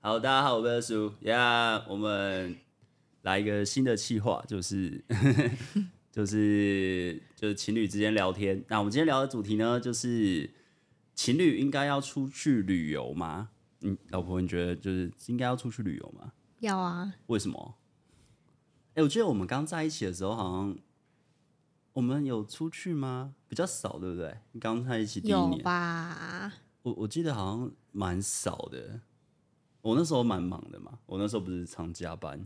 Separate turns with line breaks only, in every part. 好，大家好，我是叔呀。Yeah, 我们来一个新的企划，就是 就是就是情侣之间聊天。那我们今天聊的主题呢，就是情侣应该要出去旅游吗？嗯，老婆，你觉得就是应该要出去旅游吗？
要啊，
为什么？哎、我觉得我们刚在一起的时候，好像我们有出去吗？比较少，对不对？刚在一起第一
有
年，
吧？
我我记得好像蛮少的。我那时候蛮忙的嘛，我那时候不是常加班，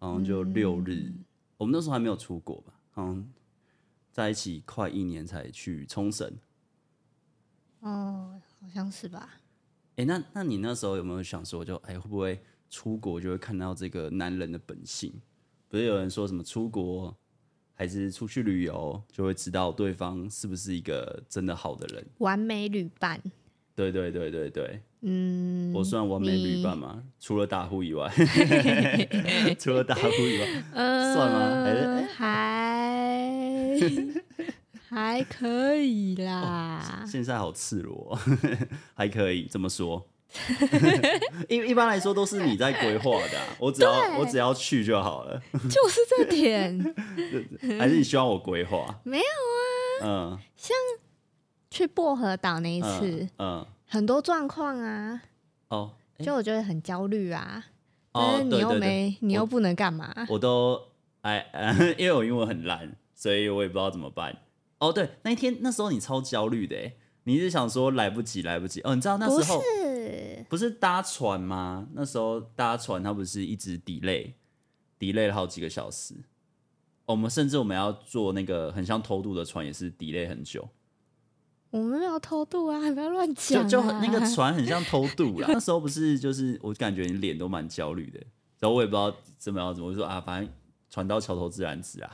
好像就六日。我们那时候还没有出国吧？好像在一起快一年才去冲绳。
哦，好像是吧？
哎、那那你那时候有没有想说就，哎会不会出国就会看到这个男人的本性？不是有人说什么出国还是出去旅游，就会知道对方是不是一个真的好的人？
完美旅伴，
对对对对对，
嗯，
我算完美旅伴嘛，除了大户以 外，除了大户以外，
呃
算吗哎还是
还还可以啦。
现在好赤裸哦， 还可以这么说。 一一般来说都是你在规划的啊、我只要我只要去就好了，
就是这点，
还是你希望我规划？
没有啊
嗯
去薄荷岛那一次
嗯，嗯
很多状况啊，
哦，诶
就我觉得很焦虑啊，但
哦，
是你
对
又
对对，
没，你又
我
不能干嘛？
我都哎、 呃，因为我英文很烂，所以我也不知道怎么办。哦，对，那一天那时候你超焦虑的，哎，你是想说来不及，来不及。哦，你知道那
不
时候
是，
不是搭船吗？那时候搭船，它不是一直 delay，delay 了好几个小时。哦我们甚至我们要坐那个很像偷渡的船，也是 delay 很久，
我们没有偷渡啊，不要乱
就
讲啊。
就很那个船很像偷渡啦。那 时候不是就是我感觉你脸都蛮焦虑的，然后我也不知道怎么样怎么，我就说啊，反正船到桥头自然直啊。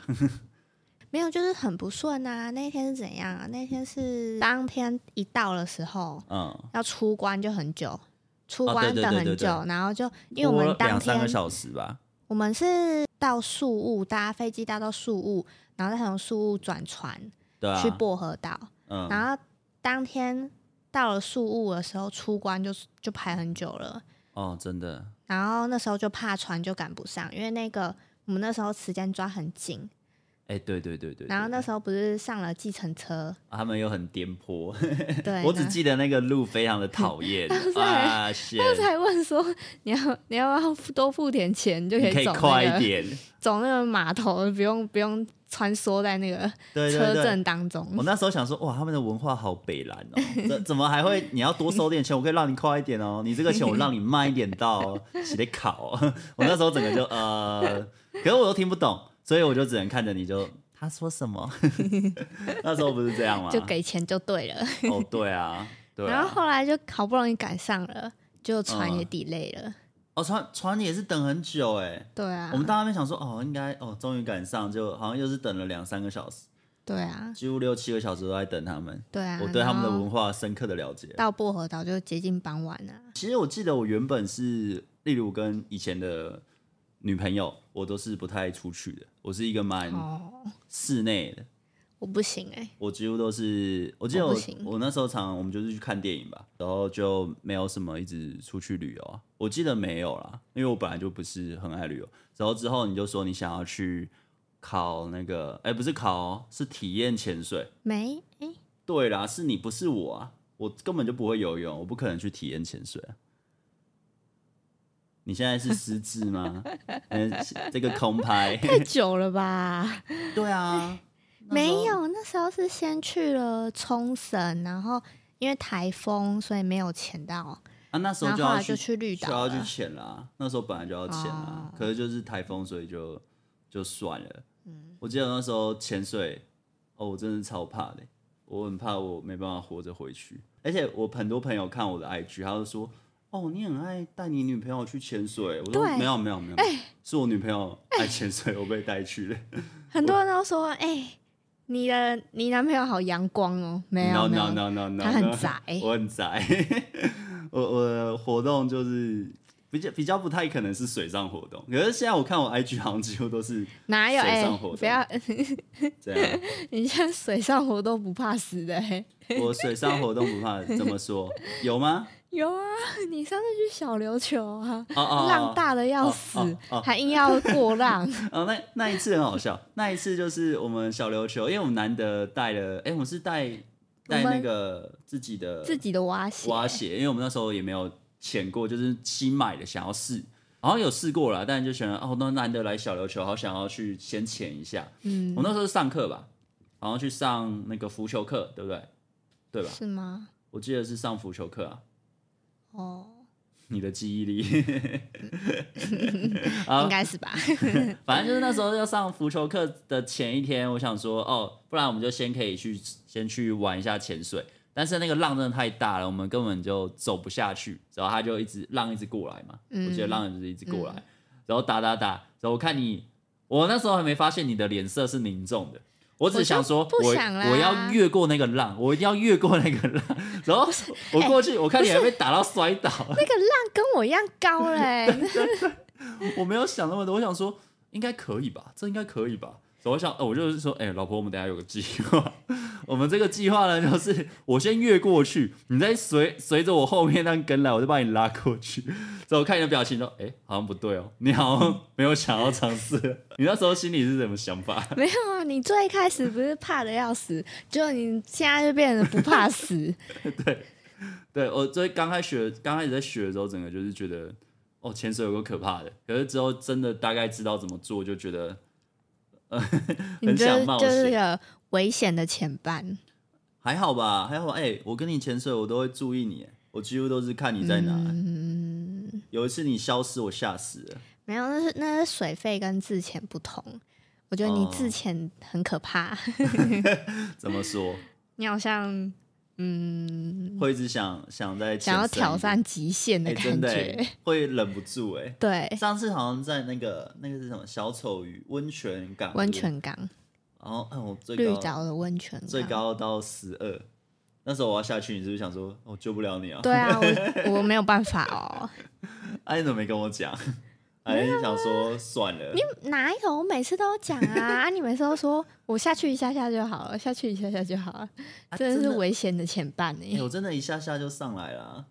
没有，就是很不顺啊。那一天是怎样啊？那天是当天一到的时候，
嗯，
要出关就很久，出
哦
关
对对
等
对
很
对
久，
对
然后就因为我
拖了
们当
两三
天
个小时吧，
我们是到宿务搭飞机搭到宿务，然后再从宿务转船
对啊，
去薄荷岛，
嗯，
然后当天到了宿务的时候出关就就排很久了，
哦，真的，
然后那时候就怕船就赶不上，因为那个我们那时候时间抓很紧，
哎、对对对对
然后
对
那时候不是上了计 程车，
啊他们又很颠簸，
对，
我只
然后
记得那个路非常的讨 厌啊，谢，
他才问说你要你要不要付多付点钱就可
你可以
走
快
那
一
个
点，
走那个码头，不用不用穿梭在那个
对对
车
对
阵。当中。
我那时候想说，哇，他们的文化好北蓝哦，怎怎么还会？你要多收点钱，我可以让你快一点哦。你这个钱我让你慢一点到哦，写得考哦。我那时候整个就呃，可是我都听不懂，所以我就只能看着你就他说什么。 那时候不是这样吗？
就给钱就对了，
哦，对啊，对啊。
然后后来就好不容易赶上了，就船也
嗯
delay 了，
哦，船船也是等很久哎、
对啊
我，们到那边想说，哦，应该哦，终于赶上，就好像又是等了两三个小时，
对啊，
几乎六七个小时都在等他们。
对啊。
我对他们的
然
文
后
化深刻的了解。
到薄荷岛就接近傍晚了、
其实我记得我原本是，例如跟以前的女朋友，我都是不太出去的，我是一个蛮
哦，
室内的，
我不行哎、
我几乎都是，我记得
我
我
不行
我那时候常常我们就是去看电影吧，然后就没有什么一直出去旅游啊。我记得没有啦，因为我本来就不是很爱旅游。然后之后你就说你想要去考那个，哎、不是考哦、是体验潜水。
没哎、
对啦，是你不是我啊，我根本就不会游泳，我不可能去体验潜水啊。你现在是失智 吗？嗯，这个空拍，
太久了吧？
对啊， 那时候
没有，那时候是先去了冲绳，然后因为台风，所以没有潜到。
啊，那时
然
候
后
就
后
要
来
去
就去绿
就
岛
要去
了。
潜啦。那时候本来就要潜啦，
哦
可是就是台风，所以就就算了。
嗯
我记得那时候潜水，哦，我真的是超怕的，我很怕我没办法活着回去。而且我很多朋友看我的 IG，他就说：“哦，你很爱带你女朋友去潜水。”我说：“
对哎
没有，没有，没有，是我女朋友爱潜水，我被带去的。
很多人都说：“哎、你的你男朋友好阳光哦。”没
no
有没
no
有，
no no no，
他很
no
宅
我很宅。 我我的活动就是比较比较不太可能是水上活动，可是现在我看我 IG 好像几乎都是
哪有
水
哎、
上活动
不要，
这样。
你现在水上活动不怕死的、哎
我水上活动不怕，怎么说？有吗？
有啊，你上次去小琉球啊，
哦哦，哦
浪大的要死，
哦哦哦
还硬要 过浪。
哦，那那一次很好笑，那一次就是我们小琉球，因为我们难得带了，哎、我们是带带
我们
那个自己的
自己的蛙鞋，
蛙鞋，因为我们那时候也没有潜过，就是新买的，想要试。好像有试过了，但就觉得哦，那难得来小琉球，好想要去先潜一下。
嗯
我，那时候是上课吧，好像去上那个浮球课，对不对？对吧？
是吗？
我记得是上浮球课啊。
哦，
你的记忆力， 好啊
应该是吧。
反正就是那时候要上浮球课的前一天，我想说哦，不然我们就先可以去先去玩一下潜水。但是那个浪真的太大了，我们根本就走不下去。然后他就一直浪一直过来嘛，
嗯
我记得浪就是一直过来，然后打打打。然后我看你，我那时候还没发现你的脸色是凝重的。我只想说
我，就不
我
想啦
我要越过那个浪，我一定要越过那个浪。然后我过
哎
去，我看你还被打到摔倒。
那个浪跟我一样 高嘞、
我没有想那么多，我想说应该可以吧，这应该可以吧。所以我想，呃我就是说，哎、老婆，我们等一下有个计划。 我们这个计划呢，就是我先越过去，你再随随着我后面那样跟来，我就把你拉过去。所以我看你的表情都，哎、好像不对哦，你好像没有想要尝试。你那时候心里是什么想法？
没有啊，你最开始不是怕的要死，就你现在就变得不怕死。
对我最刚开学，刚开始在学的时候，整个就是觉得，哦，潜水有个可怕的。可是之后真的大概知道怎么做，就觉得
你就
想
是
冒
就是
险
个危险的前伴，
还好吧，还好吧。哎、我跟你潜水，我都会注意你，我几乎都是看你在哪。
嗯，
有一次你消失，我吓死了。
没有，那是那是水费跟自潜不同。我觉得你
哦
自潜很可怕，
怎么说？
你好像嗯，
会一直想想在
想要挑战极限
哎、
的
欸真
感觉。
的、欸、会忍不住哎、
对，
上次好像在那个那个是什么小丑鱼温泉港，
温，泉港，
然后哎、我最
绿
高
岛的温泉港。
最高到十二，那时候我要下去，你是不是想说我、救不了你啊？
对啊， 我我没有办法哦。
哎、你怎么没跟我 讲？哎，想
啊
说算了，
哪有？我每次都讲 啊，啊，你每次都说我下去一下下就好了，下去一下下就好了，
啊
真的
真
是
的
危险的前半欸呢、
哎、我真的一下下就上来了啊。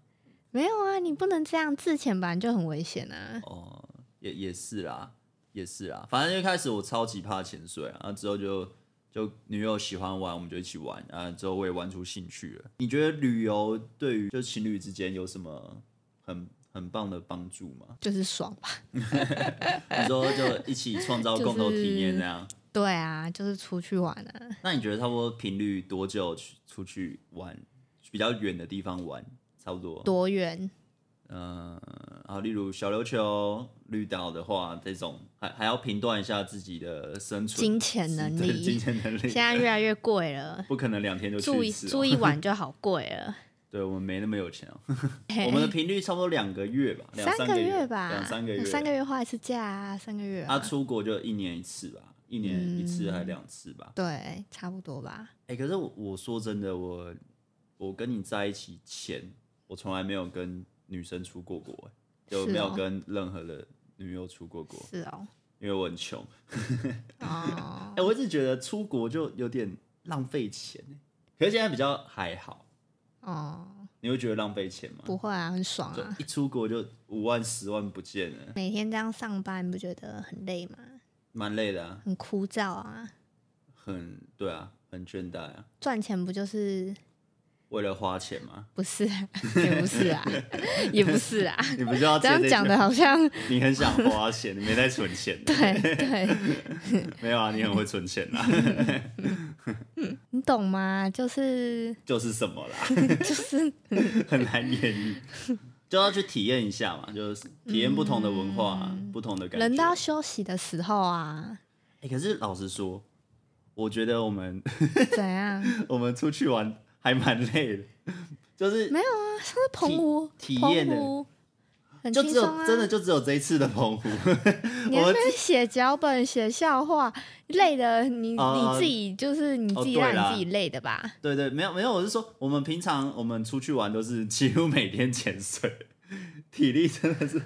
没有啊，你不能这样自潜吧，你就很危险啊。
哦，也也是啦，也是啦。反正一开始我超级怕潜水啊，然后之后就就女友喜欢玩，我们就一起玩啊。之后我也玩出兴趣了。你觉得旅游对于就情侣之间有什么很很棒的帮助吗？
就是爽吧，
你说就一起创造
就是
共同体验这样？
对啊，就是出去玩啊，
那你觉得差不多频率多久去出去玩？比较远的地方玩，差不多。
多远？
嗯，好，例如小琉球、绿岛的话，这种还还要评断一下自己的生存
金钱能
对金
力，
钱能力
现在越来越贵了，
不可能两天就
住
去
一
一次、啊哦
住一 晚就好贵了。
对我们没那么有钱、哦，我们的频率差不多两个月吧，两
三
三
个
月
月吧，嗯
两三个月，
三个月花一次假啊，三个月啊、
啊，出国就一年一次吧，一年一次
嗯
还两次吧。
对，差不多吧。
哎、可是我我说真的，我我跟你在一起前，我从来没有跟女生出过国、哎就是没有
哦
跟任何的女友出过国，
是 哦，
因为我很穷。
哦
哎、，我一直觉得出国就有点浪费钱、哎可是现在比较还好。
哦，
你会觉得浪费钱吗？
不会啊，很爽
就
啊。
一出国就五万十万不见了，
每天这样上班，你不觉得很累吗？
蛮累的啊，
很枯燥啊。
很对啊，很倦怠啊。
赚钱不就是
为了花钱吗？
不是、啊，也不 是啊，也不是啊。
你不是要接
这样
这
讲
句
的好像。
你很想花钱，你没在存钱
对对，
没有啊， 你很会存钱啦，
你懂吗？就是
就是什么啦，
就是
很难言喻，就要去体验一下嘛，就是体验不同的文化、不同的感觉。
嗯人都要休息的时候啊，
哎、可是老实说，我觉得我们
怎样？
我们出去玩还蛮累的，就是
没有啊，像是澎湖，
体体验
澎
的
湖很
就
轻
只
松啊。
有真的就只有这一次的澎湖。
你
我
还在写脚本、写笑话，累的你、
哦
你自己就是你
哦
自己
对
让
啦
你自己累的吧？
对对，没有没有，我是说我们平常我们出去玩都是几乎每天潜水，体力真的是
啊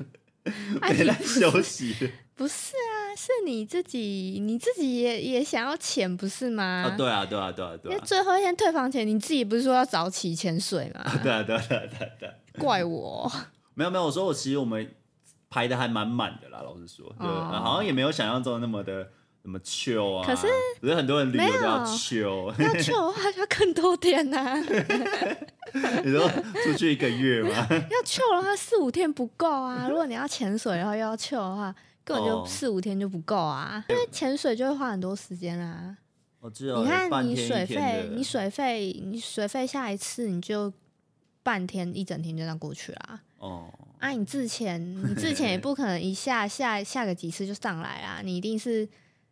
没
你
在
不
休息的。
不是啊，啊，是你自己，你自己也也想要钱不是吗？
啊，对啊，对啊，对啊，
因
对
为
啊，
最后一天退房前，你自己不是说要早起潜水吗？
对啊，对啊，对啊，对啊对啊，
怪我，
没有没有，我说我其实我们排的还蛮满的啦，老实说，对，
哦
好像也没有想象中那么的那么 chill 啊。
可是，
不是很多人旅游都要
没有
chill，
要去的话就要更多啊天 呐、
你说出去一个月 吗？
要去的话四五天不够啊。如果你要潜水，然后又要去的话，根本就
哦
四五天就不够啊。因为潜水就会花很多时间啦、
我只有
你看
半
你
天
水
一天
费，
的
你水费，你水费下一次你就半天一整天就这样过去啦。
哦，
啊，你 之前你之前也不可能一下下下个几次就上来啦，你一定是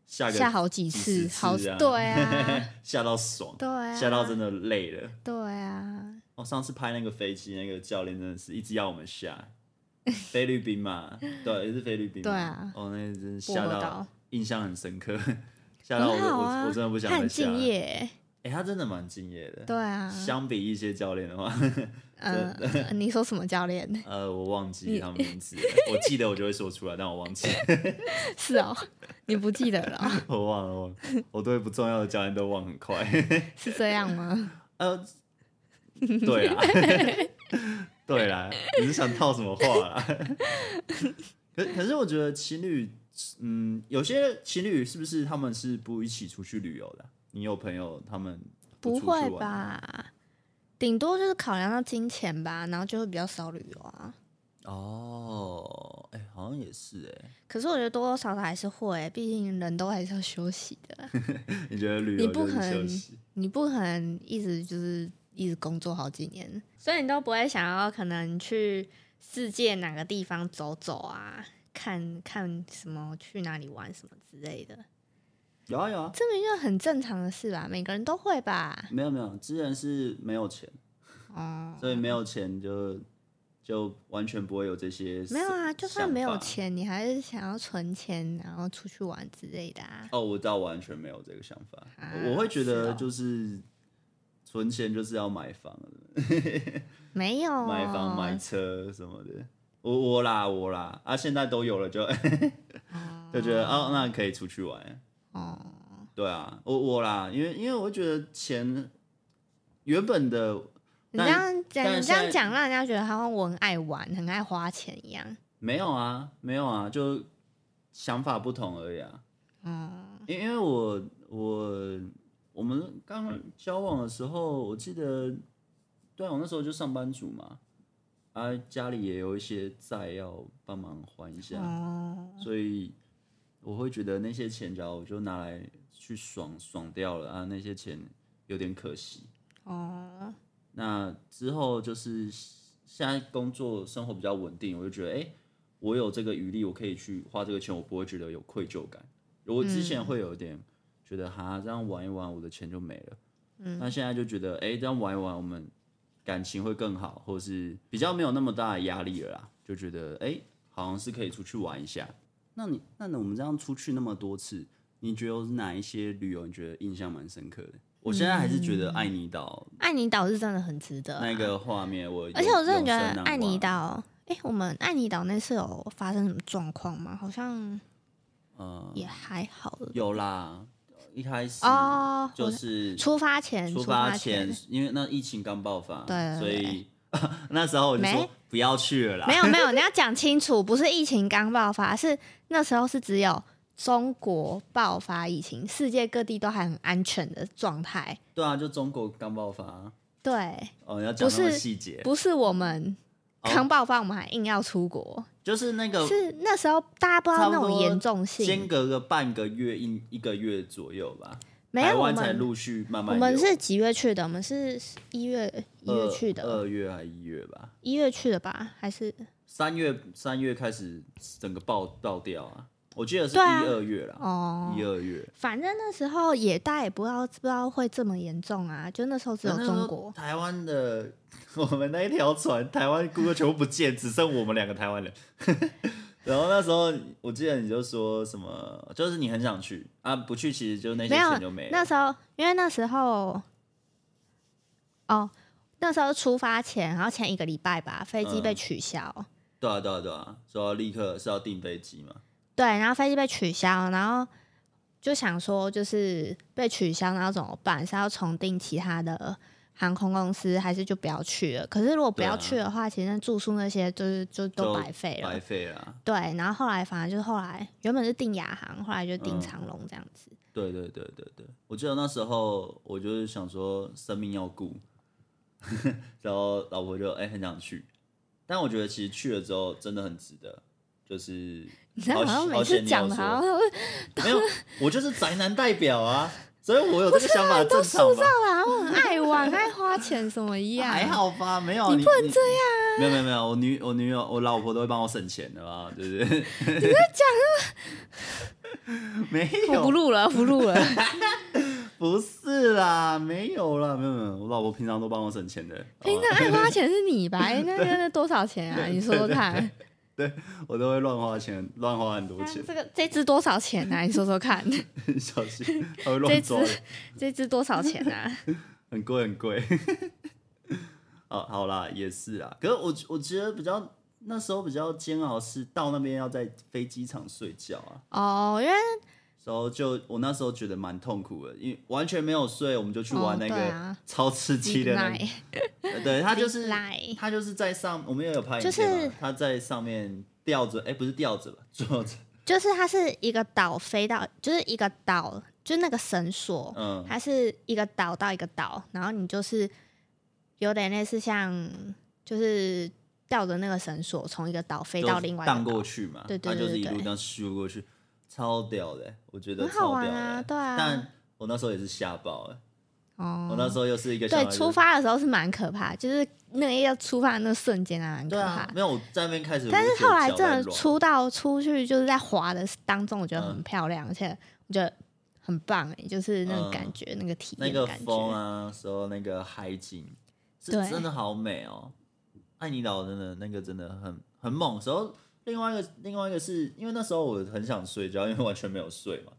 下个
下好几
几
次，
十
好
次啊
对 啊，
下到爽，
对啊，
下到真的累了。
对啊，
我、哦上次拍那个飞机，那个教练真的是一直要我们下 菲律宾嘛，对，也是菲律宾嘛，
对啊
哦，那真是
薄
吓
荷
到
岛，
印象很深刻， 吓到我、
很好啊，
我我真的不想
他
再
很
下
敬
了。
业欸，
哎、他真的蛮敬业的。
对啊，
相比一些教练的话，
嗯，呃你说什么教练？
呃，我忘记他们名字了，我记得我就会说出来，但我忘记，
是哦，你不记得了哦、
我忘了，我忘了我对不重要的教练都忘很快。
是这样 吗？
呃，对 啦，对啦，你是想套什么话 啦？可可是我觉得情侣，嗯，有些情侣是不是他们是不一起出去旅游的啊？你有朋友他们
不
出去玩
会？吧？顶多就是考量到金钱吧，然后就会比较少旅游啊。
哦，哎、好像也是哎、
可是我觉得多多少少还是会，毕竟人都还是要休息的。
你觉得旅
你
游
不
就是
可
休
能
息？
你不可能一直就是一直工作好几年，所以你都不会想要可能去世界哪个地方走走啊，看看什么去哪里玩什么之类的，
有啊有啊，
这明就很正常的事吧，每个人都会吧。
没有没有，之前是没有钱，
哦，
所以没有钱就就完全不会有这些
没有啊，
想
就算没有
法。
钱，你还是想要存钱，然后出去玩之类的啊。
哦，我倒完全没有这个想法，
啊
我会觉
是
得
哦
就是存钱就是要买房、
没有啊
买房、买车什么的。我我啦我啦啊，现在都有了就 就觉得哦，那可以出去玩。
哦，
对啊，我我啦，因为因为我觉得钱原本的
你
但
这样讲，
但
你这样
现在
讲，让人家觉得好像我很爱玩，很爱花钱一样。
没有啊，没有啊，就想法不同而已啊。
哦，
因因为我我我们刚交往的时候，我记得，对啊我那时候就上班族嘛，啊，家里也有一些债要帮忙还一下，
哦，
所以我会觉得那些钱，假如我就拿来去爽爽掉了啊，那些钱有点可惜。
哦，
那之后就是现在工作生活比较稳定，我就觉得，哎、我有这个余力，我可以去花这个钱，我不会觉得有愧疚感。我之前会有点觉得，哈，这样玩一玩，我的钱就没了。嗯，那现在就觉得，哎、这样玩一玩，我们感情会更好，或是比较没有那么大的压力了啦，就觉得，哎、好像是可以出去玩一下。那你，那我们这样出去那么多次，你觉得有哪一些旅游你觉得印象蛮深刻的？我现在还是觉得爱尼岛
爱你岛是真的很值得啊、
那个画面我有，
而且我真的
永
觉
生
得
难
爱你
忘，
岛，哎、我们爱你岛那次有发生什么状况吗？好像
呃，
也还好了。
有啦，一开始
哦，
就
我
是
出发前，
出
出
发
前
前，因为那疫情刚爆发，
对对
所以 那时候我就说
没
不要去了啦，
没有没有，你要讲清楚，不是疫情刚爆发，是那时候是只有中国爆发疫情，世界各地都还很安全的状态。
对啊，就中国刚爆发，
对，
哦，你要讲那
不
么
是
细节，
不是我们
哦
刚爆发，我们还硬要出国，
就是那个
是那时候大家不知道那
差不
种
多
严重性
间，隔个半个月一一个月左右吧，
没
台
有我
湾才
们
陆续慢慢
我
有，
们是几月去的？我们是一月一月
二
去的，
二月还一月吧，
一月去的吧？还是
三月三月开始整个爆爆掉啊，我记得是一
对啊
二月啦，
哦
一？二月。
反正那时候也大家也不知道不知道会这么严重啊，就那时候只有
那时候
中国。
台湾的， 我们那一条船，台湾顾客全部不见， 只剩我们两个台湾人。 然后那时候我记得你就说什么，就是你很想去啊，不去其实就那些
没有
钱就没了。
那时候因为那时候哦，那时候出发前，然后前一个礼拜吧，飞机被
嗯
取消。
对啊对啊对啊，说要立刻是要订飞机嘛？
对，然后飞机被取消，然后就想说就是被取消，然后怎么办？是要重订其他的航空公司，还是就不要去了？可是如果不
对啊
要去的话，其实那住宿那些就是就都白费了
白。费啊，
对，然后后来反正就是后来原本是订亚航，后来就订
嗯
长龙这样子。
对对对对对，我记得那时候我就是想说生命要顾， 然后老婆就哎、很想去，但我觉得其实去了之后真的很值得，就是
你 知道，好像每次讲的，好
好
像
险
都
你有说没有，我就是宅男代表啊，所以我有这个想法正常吧？
然后啊很爱玩、爱花钱什么一样。
还好吧，没有你不能这样、啊没有没有没有，我女我女友我老婆都会帮我省钱的啦，对不对？ 你在讲 没
我
有
不录了，不录了。
哦不是啦，没有啦，没有没有，我老婆平常都帮我省钱的。
平
好吧
常爱哎花钱是你吧？哎那那那多少钱啊？你说说看，
我都会乱花钱，乱花很 多钱，
这个这只多少钱啊？你说说看，
小心她会
这
乱
只
抓的，
这只多少钱 啊？
很贵很贵。哦，好啦，也是啦。可是我我觉得比较那时候比较煎熬是到那边要在飞机场睡觉啊，
哦，因为
然后就我那时候觉得蛮痛苦的，因为完全没有睡，我们就去玩
哦
那
对
个
啊
超刺激的那个，呃 对他就是
Lie
他就是在上，我们也有拍影
就是
片嘛，他在上面吊着，哎、不是吊着吧，坐着，
就是它是一个岛飞到，就是一个岛，就是那个绳索，
嗯，
它是一个岛到一个岛，然后你就是有点类似像就是吊着那个绳索从一个岛飞到另外一
荡
个岛
过，去嘛，
对对
他就是
对
一
对
路这样咻过去，超屌的、我觉得
很好
超
玩
屌的、欸
啊，对啊。
但我那时候也是吓爆了、我那
哦，
时候又是一个小
对
孩，子
出发的时候是蛮可怕，就是那个要出发的那瞬间啊，蛮
对
可怕
啊，
的。
没有我在那边开始，
但
我就觉
是
得
后来
脚
真的
在软
出到出去，就是在滑的当中，我觉
嗯
得很漂亮，而且我觉得很棒哎、就是那种
嗯
感觉，那个体
那
验的
个
感
风
觉。
啊，说那个海景，是
对
真的好美哦。爱尼岛真的那个真的很很猛。然后另外一个另外一个是因为那时候我很想睡觉，因为完全没有睡嘛，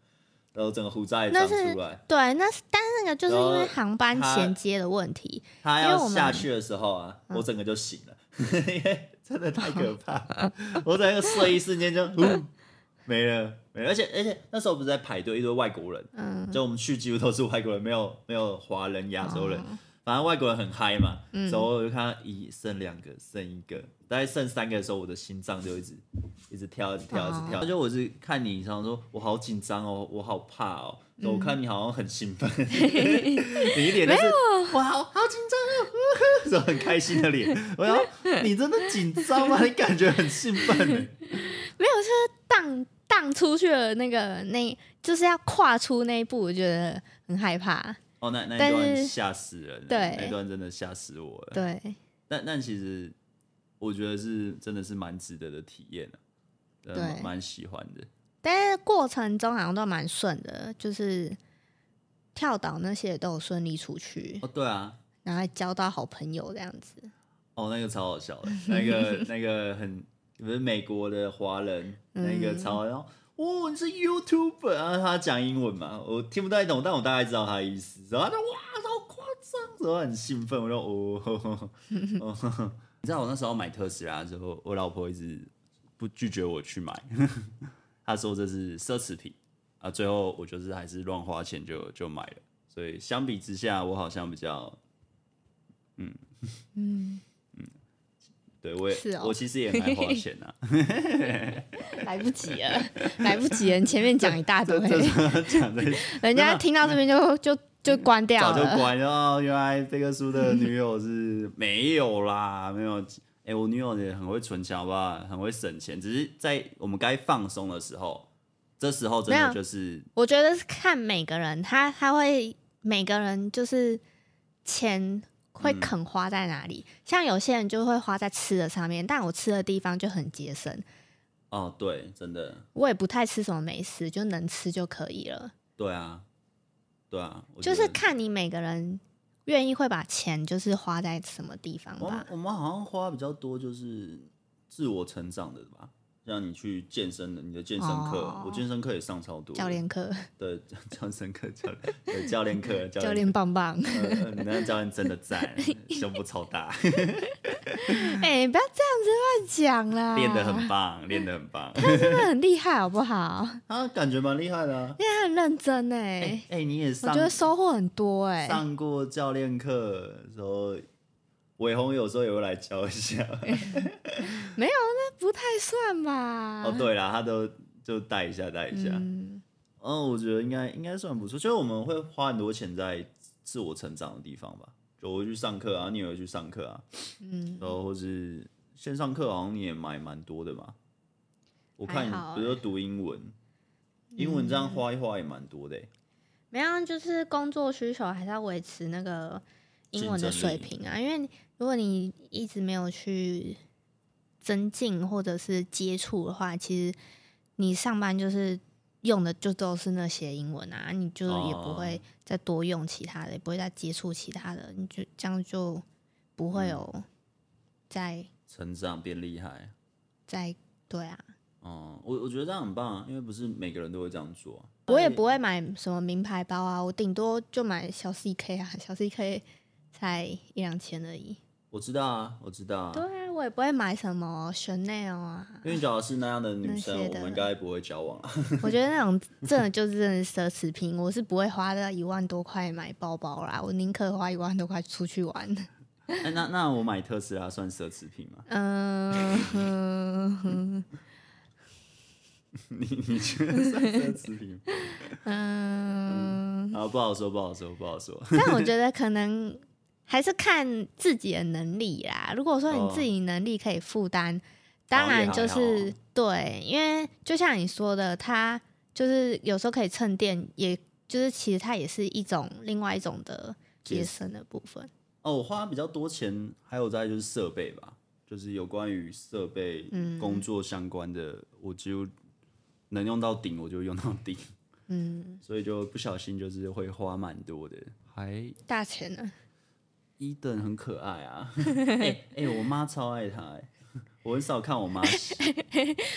然后整个胡渣也长
那是
出来。
对，那是但是那个就是因
然
为
后
航班
它
衔接的问题，
他
因为
要
我们
下去的时候啊，我整个就醒了，因为真的太可怕了，我整个睡一瞬间就呜没了没了。而且而且那时候不是在排队，一堆外国人，
嗯，
就我们去几乎都是外国人，没有没有华人、亚洲人，
哦
反正外国人很嗨嘛。
嗯
然后我就看到一剩两个，剩一个，大概剩三个的时候，我的心脏就一直一直跳，一直跳，一直
哦
跳。就我是看你，常常说我好紧张哦，我好怕哦。
嗯
我看你好像很兴 奋，你一脸就是我好好紧张哦， 这种很开心的脸。我要你真的紧张吗？你感觉很兴奋欸 呢。
没有，就是荡荡出去了那个那，就是要跨出那一步，我觉得很害怕。
哦，那那
但
一
是
段吓死人，
对
那一段真的吓死我了。
对，
但但其实我觉得是真的是蛮值得的体验啊，呃
对
蛮蛮喜欢的。
但是过程中好像都蛮顺的，就是跳岛那些都有顺利出去，
哦，对啊，
然后还交到好朋友这样子。
哦，那个超好笑的，那个那个很不是美国的华人，那个超好笑。哦，你是 YouTuber 啊？他讲英文嘛，我听不太懂，但我大概知道他的意思。然后他就哇，好夸张，然后很兴奋，我就哦 呵呵呵，哦呵呵你知道我那时候买特斯拉之后，我老婆一直不拒绝我去买， 她说这是奢侈品啊。最后我就是还是乱花钱就就买了，所以相比之下，我好像比较
嗯，
对我也、
是哦
我其实也蛮花钱啊。
来不及了， 来不及了！你前面讲一大堆，
讲这
人
没
家
有
听到这边就就就关掉
早就
了。
关了。哦原来这个书的女友是没有啦，没有。哎、我女友也很会存钱，好不好？很会省钱，只是在我们该放松的时候，这时候真
没
的
有
就是
我觉得是看每个人，他他会每个人就是钱会肯花在哪里。像有些人就会花在吃的上面，但我吃的地方就很节省，
哦，对，真的，
我也不太吃什么美食，就能吃就可以了。
对啊，对啊，我
就
觉
是
得
看你每个人愿意会把钱就是花在什么地方
我们
吧。
我们好像花比较多就是自我成长的吧，像你去健身的，你的健身课，
哦
我健身课也上超多的
教练课，
对健身课教练对教 练课
教练棒棒，
呃，呃你那个教练真的赞，胸部超大。
哎、你不要这样子乱讲啦，
练得很棒，练得很 棒，
真的很厉害，好不 好？
啊，感觉蛮厉害的、啊。
因为他很认真哎、
哎、哎你也
我
上
觉得收获很多哎、
上过教练课，时候，伟鸿有时候也会来教一下。
没有，那不太算吧？
哦，对啦，啊他都就带一下带一下。
啊嗯，
哦，我觉得应该应该算不错，就是我们会花很多钱在自我成长的地方吧。就我会去上课啊，你也会去上课啊，
嗯，
然后或是线上课好像你也买蛮多的嘛。我看
还好哎
比如说读英文，英文这样花一花也蛮多的欸、
没有，啊就是工作需求还是要维持那个英文的水平啊，因为如果你一直没有去增进或者是接触的话，其实你上班就是用的就都是那些英文啊，你就也不会再多用其他的，也不会再接触其他的，你就这样就不会有再、
成长变厉害。
再对啊。
哦、我我觉得这样很棒啊，因为不是每个人都会这样做啊、
我也不会买什么名牌包啊，我顶多就买小 CK 啊，小 CK 才一两千而已。
我知道啊，我知道啊。
对啊，我也不会买什么 Chanel 啊，
因为假如是那样的女生，
那些
我
的
们应该不会交往 啊。
我觉得那种真的就是真的是奢侈品，我是不会花到一万多块买包包啦，我宁可花一万多块出去玩。
哎、那那我买特斯拉算奢侈品 吗？
嗯、嗯
你你觉得算奢侈品吗？
嗯，
啊，不 好说，不好说，不好说。
但我觉得可能还是看自己的能力啦。如果说你自己能力可以负担，当然就
好也还
是对，因为就像你说的，它就是有时候可以蹭电，也就是其实它也是一种另外一种的节省的部分。
哦，我花比较多钱，还有再就是设备吧，就是有关于设备、
嗯
工作相关的，我就能用到顶，我就用到顶，
嗯，
所以就不小心就是会花蛮多的。还
大钱 呢？
伊登很可爱啊！哎哎、我妈超爱他、哎，我很少看我妈洗。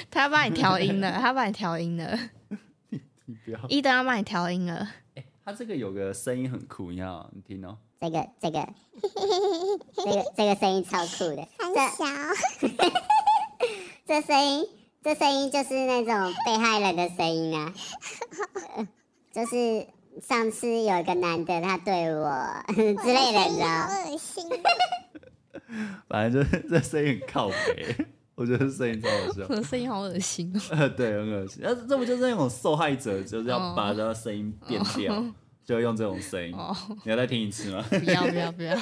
他帮你调音了，他帮你调音了，
你 不要
伊登要帮你调音了。
它这个有个声音很酷，你要你听哦。
这个这个 这个这个声音超酷的， 这这声音这声音就是那种被害人的声音啊，呃就是上次有一个男的他对我 之类的，你知道吗？
好恶心。啊
反正就是 这声音很靠北，我觉得声音超好笑。
我的声音好恶心 哦。
呃，对，很恶心。那这不就是那种受害者，就是要把他的声音变掉，就用这种声音。
哦，
你要再听一次吗？
不要不要不要。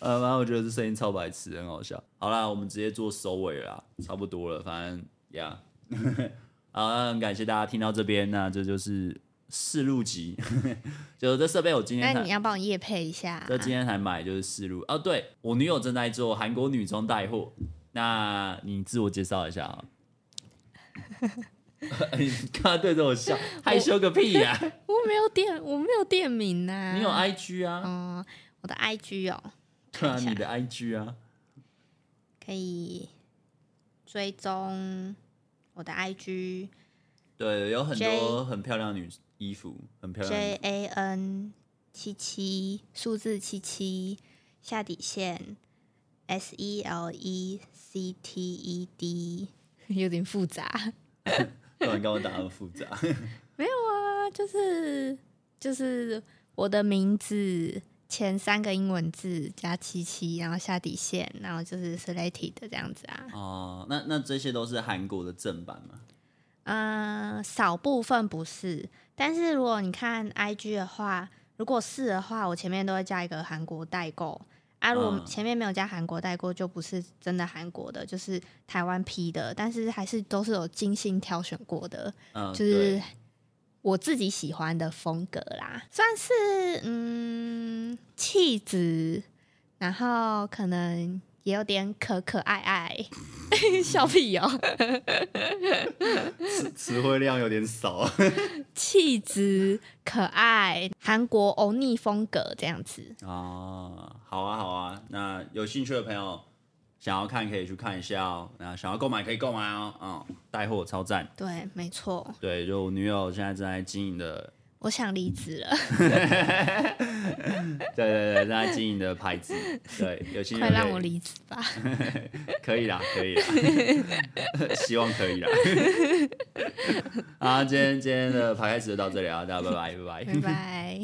呃，反正我觉得这声音超白痴，很好笑。好啦，我们直接做收尾了啦，差不多了，反正呀。好，那很感谢大家听到这边，那这就是试录集，就是这设备我今天
那
才
你要帮我夜配一下、啊
这今天才买就是试录哦。对我女友正在做韩国女中带货，那你自我介绍一下啊。你刚刚对着我笑，害羞个屁 呀、
我没有店，我没有店名呐、
你有 IG 啊？
哦，我的 IG 哦，
对啊，
看一下
你的 IG 啊。
可以追踪我的 IG
对，有很多
J-
很漂亮的女衣服，很漂亮的
J
女。
A N 七七数字七七下底线 S E L E C T E D，有 点复杂。
不然跟我打很复杂。
没有啊，就是就是我的名字前三个英文字加七七，然后下底线，然后就是 Slated 这样子啊。
哦，那那这些都是韩国的正版吗？
嗯，少部分不是，但是如果你看 IG 的话，如果是的话，我前面都会加一个韩国代购啊。如果
嗯
前面没有加韩国代购，就不是真的韩国的，就是台湾批的，但是还是都是有精心挑选过的，
嗯，
就是
对
我自己喜欢的风格啦，算是嗯气质，然后可能也有点可可爱爱，, 笑屁哦。
词词汇量有点少。
气质、可爱、韩国欧尼风格这样子。
哦，好啊，好啊，那有兴趣的朋友想要看可以去看一下哦，那想要购买可以购买哦，嗯，带货超赞。
对，没错，
对，就我女友现在正在经营的
我想离职了，
对对对，大家经营的牌子，对，有兴趣
快让我
可以
离职吧。
可以啦，可以啦，希望可以啦。 好，今天今天的 p 开始就到这里啊，大家拜拜，拜拜
拜。拜。